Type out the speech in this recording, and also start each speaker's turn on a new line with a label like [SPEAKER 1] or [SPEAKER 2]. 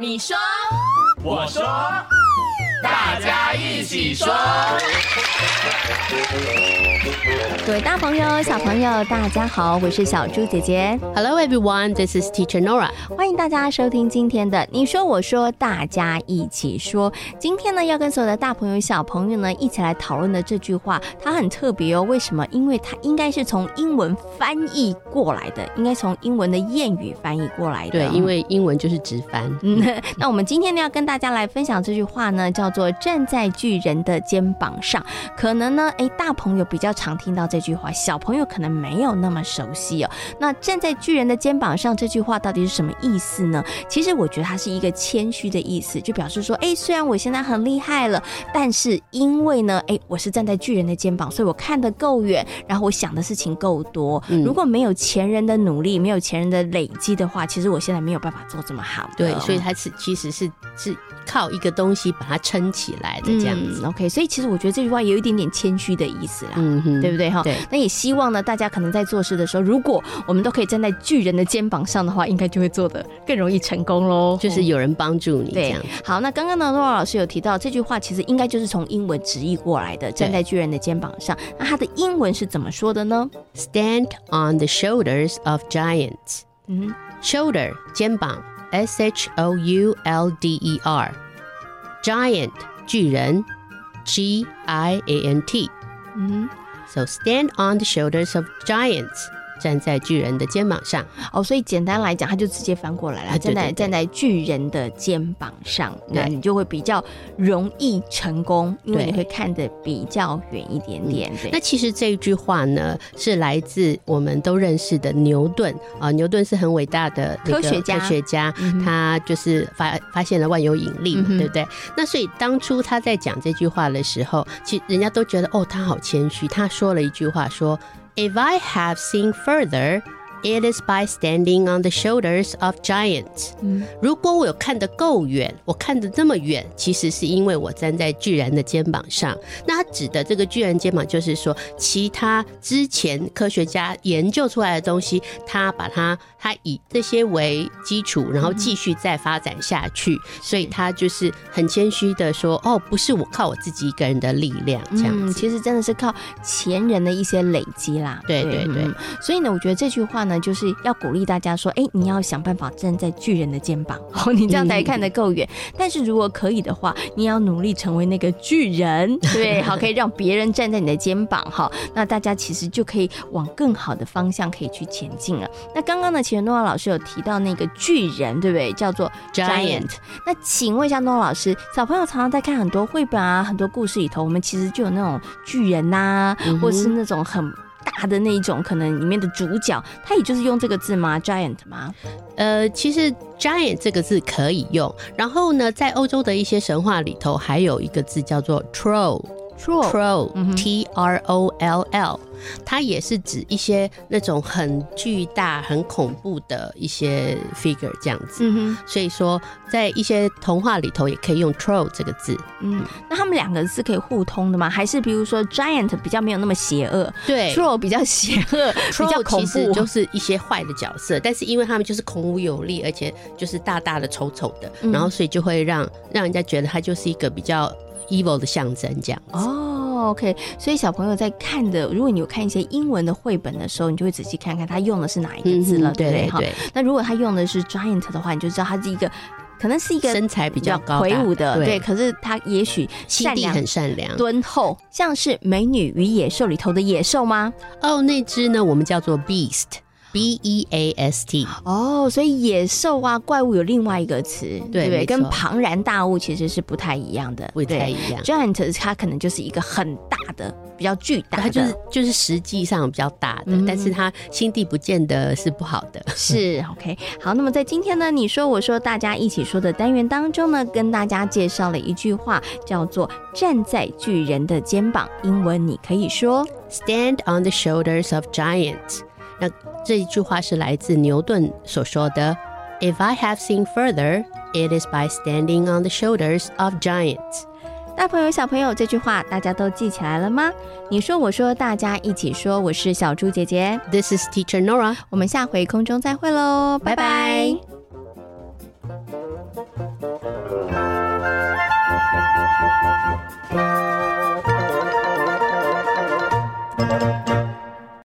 [SPEAKER 1] 你说，
[SPEAKER 2] 我说，大家一起说。
[SPEAKER 3] 各位大朋友、小朋友，大家好，我是小猪姐姐，
[SPEAKER 1] Hello everyone, this is Teacher Nora。
[SPEAKER 3] 欢迎大家收听今天的你说我说，大家一起说。今天呢，要跟所有的大朋友、小朋友呢一起来讨论的这句话，它很特别哦。为什么？因为它应该是从英文翻译过来的，应该从英文的谚语翻译过来的。
[SPEAKER 1] 对，因为英文就是直翻。
[SPEAKER 3] 嗯，那我们今天呢要跟大家来分享这句话呢，叫做“站在巨人的肩膀上”。可能呢，诶，大朋友比较常听到这句话，小朋友可能没有那么熟悉哦。那“站在巨人的肩膀上”这句话到底是什么意思呢？其实我觉得它是一个谦虚的意思，就表示说，诶，虽然我现在很厉害了，但是因为呢，诶，我是站在巨人的肩膀，所以我看得够远，然后我想的事情够多。
[SPEAKER 1] 嗯
[SPEAKER 3] 如果没有前人的努力，没有前人的累积的话，其实我现在没有办法做这么好的。
[SPEAKER 1] 对，所以它是其实是是靠一个东西把它撑起来的这样子。
[SPEAKER 3] 嗯、OK，所以其实我觉得这句话也有一点点谦虚的意思啦，
[SPEAKER 1] 嗯哼
[SPEAKER 3] 对不对哈？
[SPEAKER 1] 对
[SPEAKER 3] 那也希望呢，大家可能在做事的时候，如果我们都可以站在巨人的肩膀上的话，应该就会做得更容易成功喽。
[SPEAKER 1] 就是有人帮助你这
[SPEAKER 3] 对
[SPEAKER 1] 样。，
[SPEAKER 3] 好，那刚刚呢，洛老师有提到这句话，其实应该就是从英文直译过来的，站在巨人的肩膀上。那它的英文是怎么说的呢？
[SPEAKER 1] Stand on the shoulders of giants.
[SPEAKER 3] 嗯
[SPEAKER 1] Shoulder 肩膀，S H O U L D E R。Giant 巨人，G I A N T。
[SPEAKER 3] 嗯，
[SPEAKER 1] So stand on the shoulders of giants，站在巨人的肩膀上。
[SPEAKER 3] 哦，所以简单来讲，它就直接翻过来了，
[SPEAKER 1] 啊对
[SPEAKER 3] 站在
[SPEAKER 1] 对对
[SPEAKER 3] 站在巨人的肩膀上，那
[SPEAKER 1] 对
[SPEAKER 3] 你就会比较容易成功，因为
[SPEAKER 1] 对嗯
[SPEAKER 3] 你会看得比较远一点点。对
[SPEAKER 1] 那其实这一句话呢，是来自我们都认识的牛顿啊、牛顿是很伟大的那个
[SPEAKER 3] 科学家
[SPEAKER 1] 科学家，
[SPEAKER 3] 嗯哼
[SPEAKER 1] 他就是发发现了万有引力嘛，
[SPEAKER 3] 嗯哼
[SPEAKER 1] 对不对？那所以当初他在讲这句话的时候，其实人家都觉得哦，他好谦虚，他说了一句话说：“If I have seen further。” It is by standing on the shoulders of giants。
[SPEAKER 3] 嗯
[SPEAKER 1] 如果我有看得够远，我看得那么远，其实是因为我站在巨人的肩膀上。那它指的这个巨人肩膀，就是说其他之前科学家研究出来的东西，他把它他以这些为基础，然后继续再发展下去。
[SPEAKER 3] 嗯
[SPEAKER 1] 所以他就是很谦虚的说：“哦，不是我靠我自己一个人的力量这样
[SPEAKER 3] 嗯，
[SPEAKER 1] 子。
[SPEAKER 3] 其实真的是靠前人的一些累积啦。
[SPEAKER 1] 对对对
[SPEAKER 3] 嗯所以呢，我觉得这句话呢，就是要鼓励大家说，哎，你要想办法站在巨人的肩膀，哦，你这样
[SPEAKER 1] 嗯
[SPEAKER 3] 才看得够远。但是如果可以的话，你也要努力成为那个巨人，对，好，可以让别人站在你的肩膀，哈，那大家其实就可以往更好的方向可以去前进了。那刚刚呢，其实诺亚老师有提到那个巨人，对不对？叫做
[SPEAKER 1] Giant
[SPEAKER 3] 那请问一下诺老师，小朋友常常在看很多绘本啊、很多故事里头，我们其实就有那种巨人呐、
[SPEAKER 1] 嗯哼
[SPEAKER 3] 或是那种很大的那一种，可能里面的主角，他也就是用这个字吗？Giant 吗？
[SPEAKER 1] 呃，其实 “giant” 这个字可以用。然后呢，在欧洲的一些神话里头，还有一个字叫做 “troll”。
[SPEAKER 3] 嗯哼
[SPEAKER 1] troll t r o l l，它也是指一些那种很巨大、很恐怖的一些 figure 这样子。
[SPEAKER 3] 嗯哼，
[SPEAKER 1] 所以说，在一些童话里头也可以用 troll 这个字。
[SPEAKER 3] 嗯，那他们两个是可以互通的吗？还是比如说 Giant 比较没有那么邪恶
[SPEAKER 1] 对
[SPEAKER 3] ，Troll 比较邪恶，比较
[SPEAKER 1] troll
[SPEAKER 3] 恐
[SPEAKER 1] 其实
[SPEAKER 3] 怖，
[SPEAKER 1] 就是一些坏的角色，但是因为他们就是孔武有力，而且就是大大的、丑丑的，
[SPEAKER 3] 嗯
[SPEAKER 1] 然后所以就会让让人家觉得他就是一个比较 evil 的象征这样子。
[SPEAKER 3] 哦，OK，所以小朋友在看的，如果你有看一些英文的绘本的时候，你就会仔细看看他用的是哪一个字了，
[SPEAKER 1] 嗯
[SPEAKER 3] 对不对？
[SPEAKER 1] 对
[SPEAKER 3] 哈，
[SPEAKER 1] 对
[SPEAKER 3] 那如果他用的是 giant 的话，你就知道他是一个，可能是一
[SPEAKER 1] 对，
[SPEAKER 3] 个
[SPEAKER 1] 身材比较高大
[SPEAKER 3] 魁
[SPEAKER 1] 的
[SPEAKER 3] 梧的，对，
[SPEAKER 1] 对，
[SPEAKER 3] 可是他也许
[SPEAKER 1] 心
[SPEAKER 3] 善
[SPEAKER 1] 地
[SPEAKER 3] 良。
[SPEAKER 1] 很善良。
[SPEAKER 3] 敦厚，像是《美女与野兽》里头的野兽吗？
[SPEAKER 1] 哦，那只呢，我们叫做 beast，b e a s t。
[SPEAKER 3] 哦，所以野兽啊，怪物有另外一个词，
[SPEAKER 1] 对
[SPEAKER 3] 不对？
[SPEAKER 1] 没
[SPEAKER 3] 跟
[SPEAKER 1] 错
[SPEAKER 3] 庞然大物其实是不太一样的，
[SPEAKER 1] 不太
[SPEAKER 3] 对
[SPEAKER 1] 一样
[SPEAKER 3] Giant 它可能就是一个很大的，比较巨大的，
[SPEAKER 1] 它就是就是实际上比较大的，
[SPEAKER 3] 嗯
[SPEAKER 1] 但是它心地不见得是不好的。
[SPEAKER 3] 是 OK，好，那么在今天呢，你说我说大家一起说的单元当中呢，跟大家介绍了一句话，叫做“站在巨人的肩膀”，英文你可以说
[SPEAKER 1] Stand on the shoulders of giants。那这一句话是来自牛顿所说的：“If I have seen further, it is by standing on the shoulders of giants。”
[SPEAKER 3] 大朋友、小朋友，这句话大家都记起来了吗？你说，我说，大家一起说。我是小猪姐姐，
[SPEAKER 1] This is Teacher Nora.
[SPEAKER 3] 我们下回空中再会喽，拜拜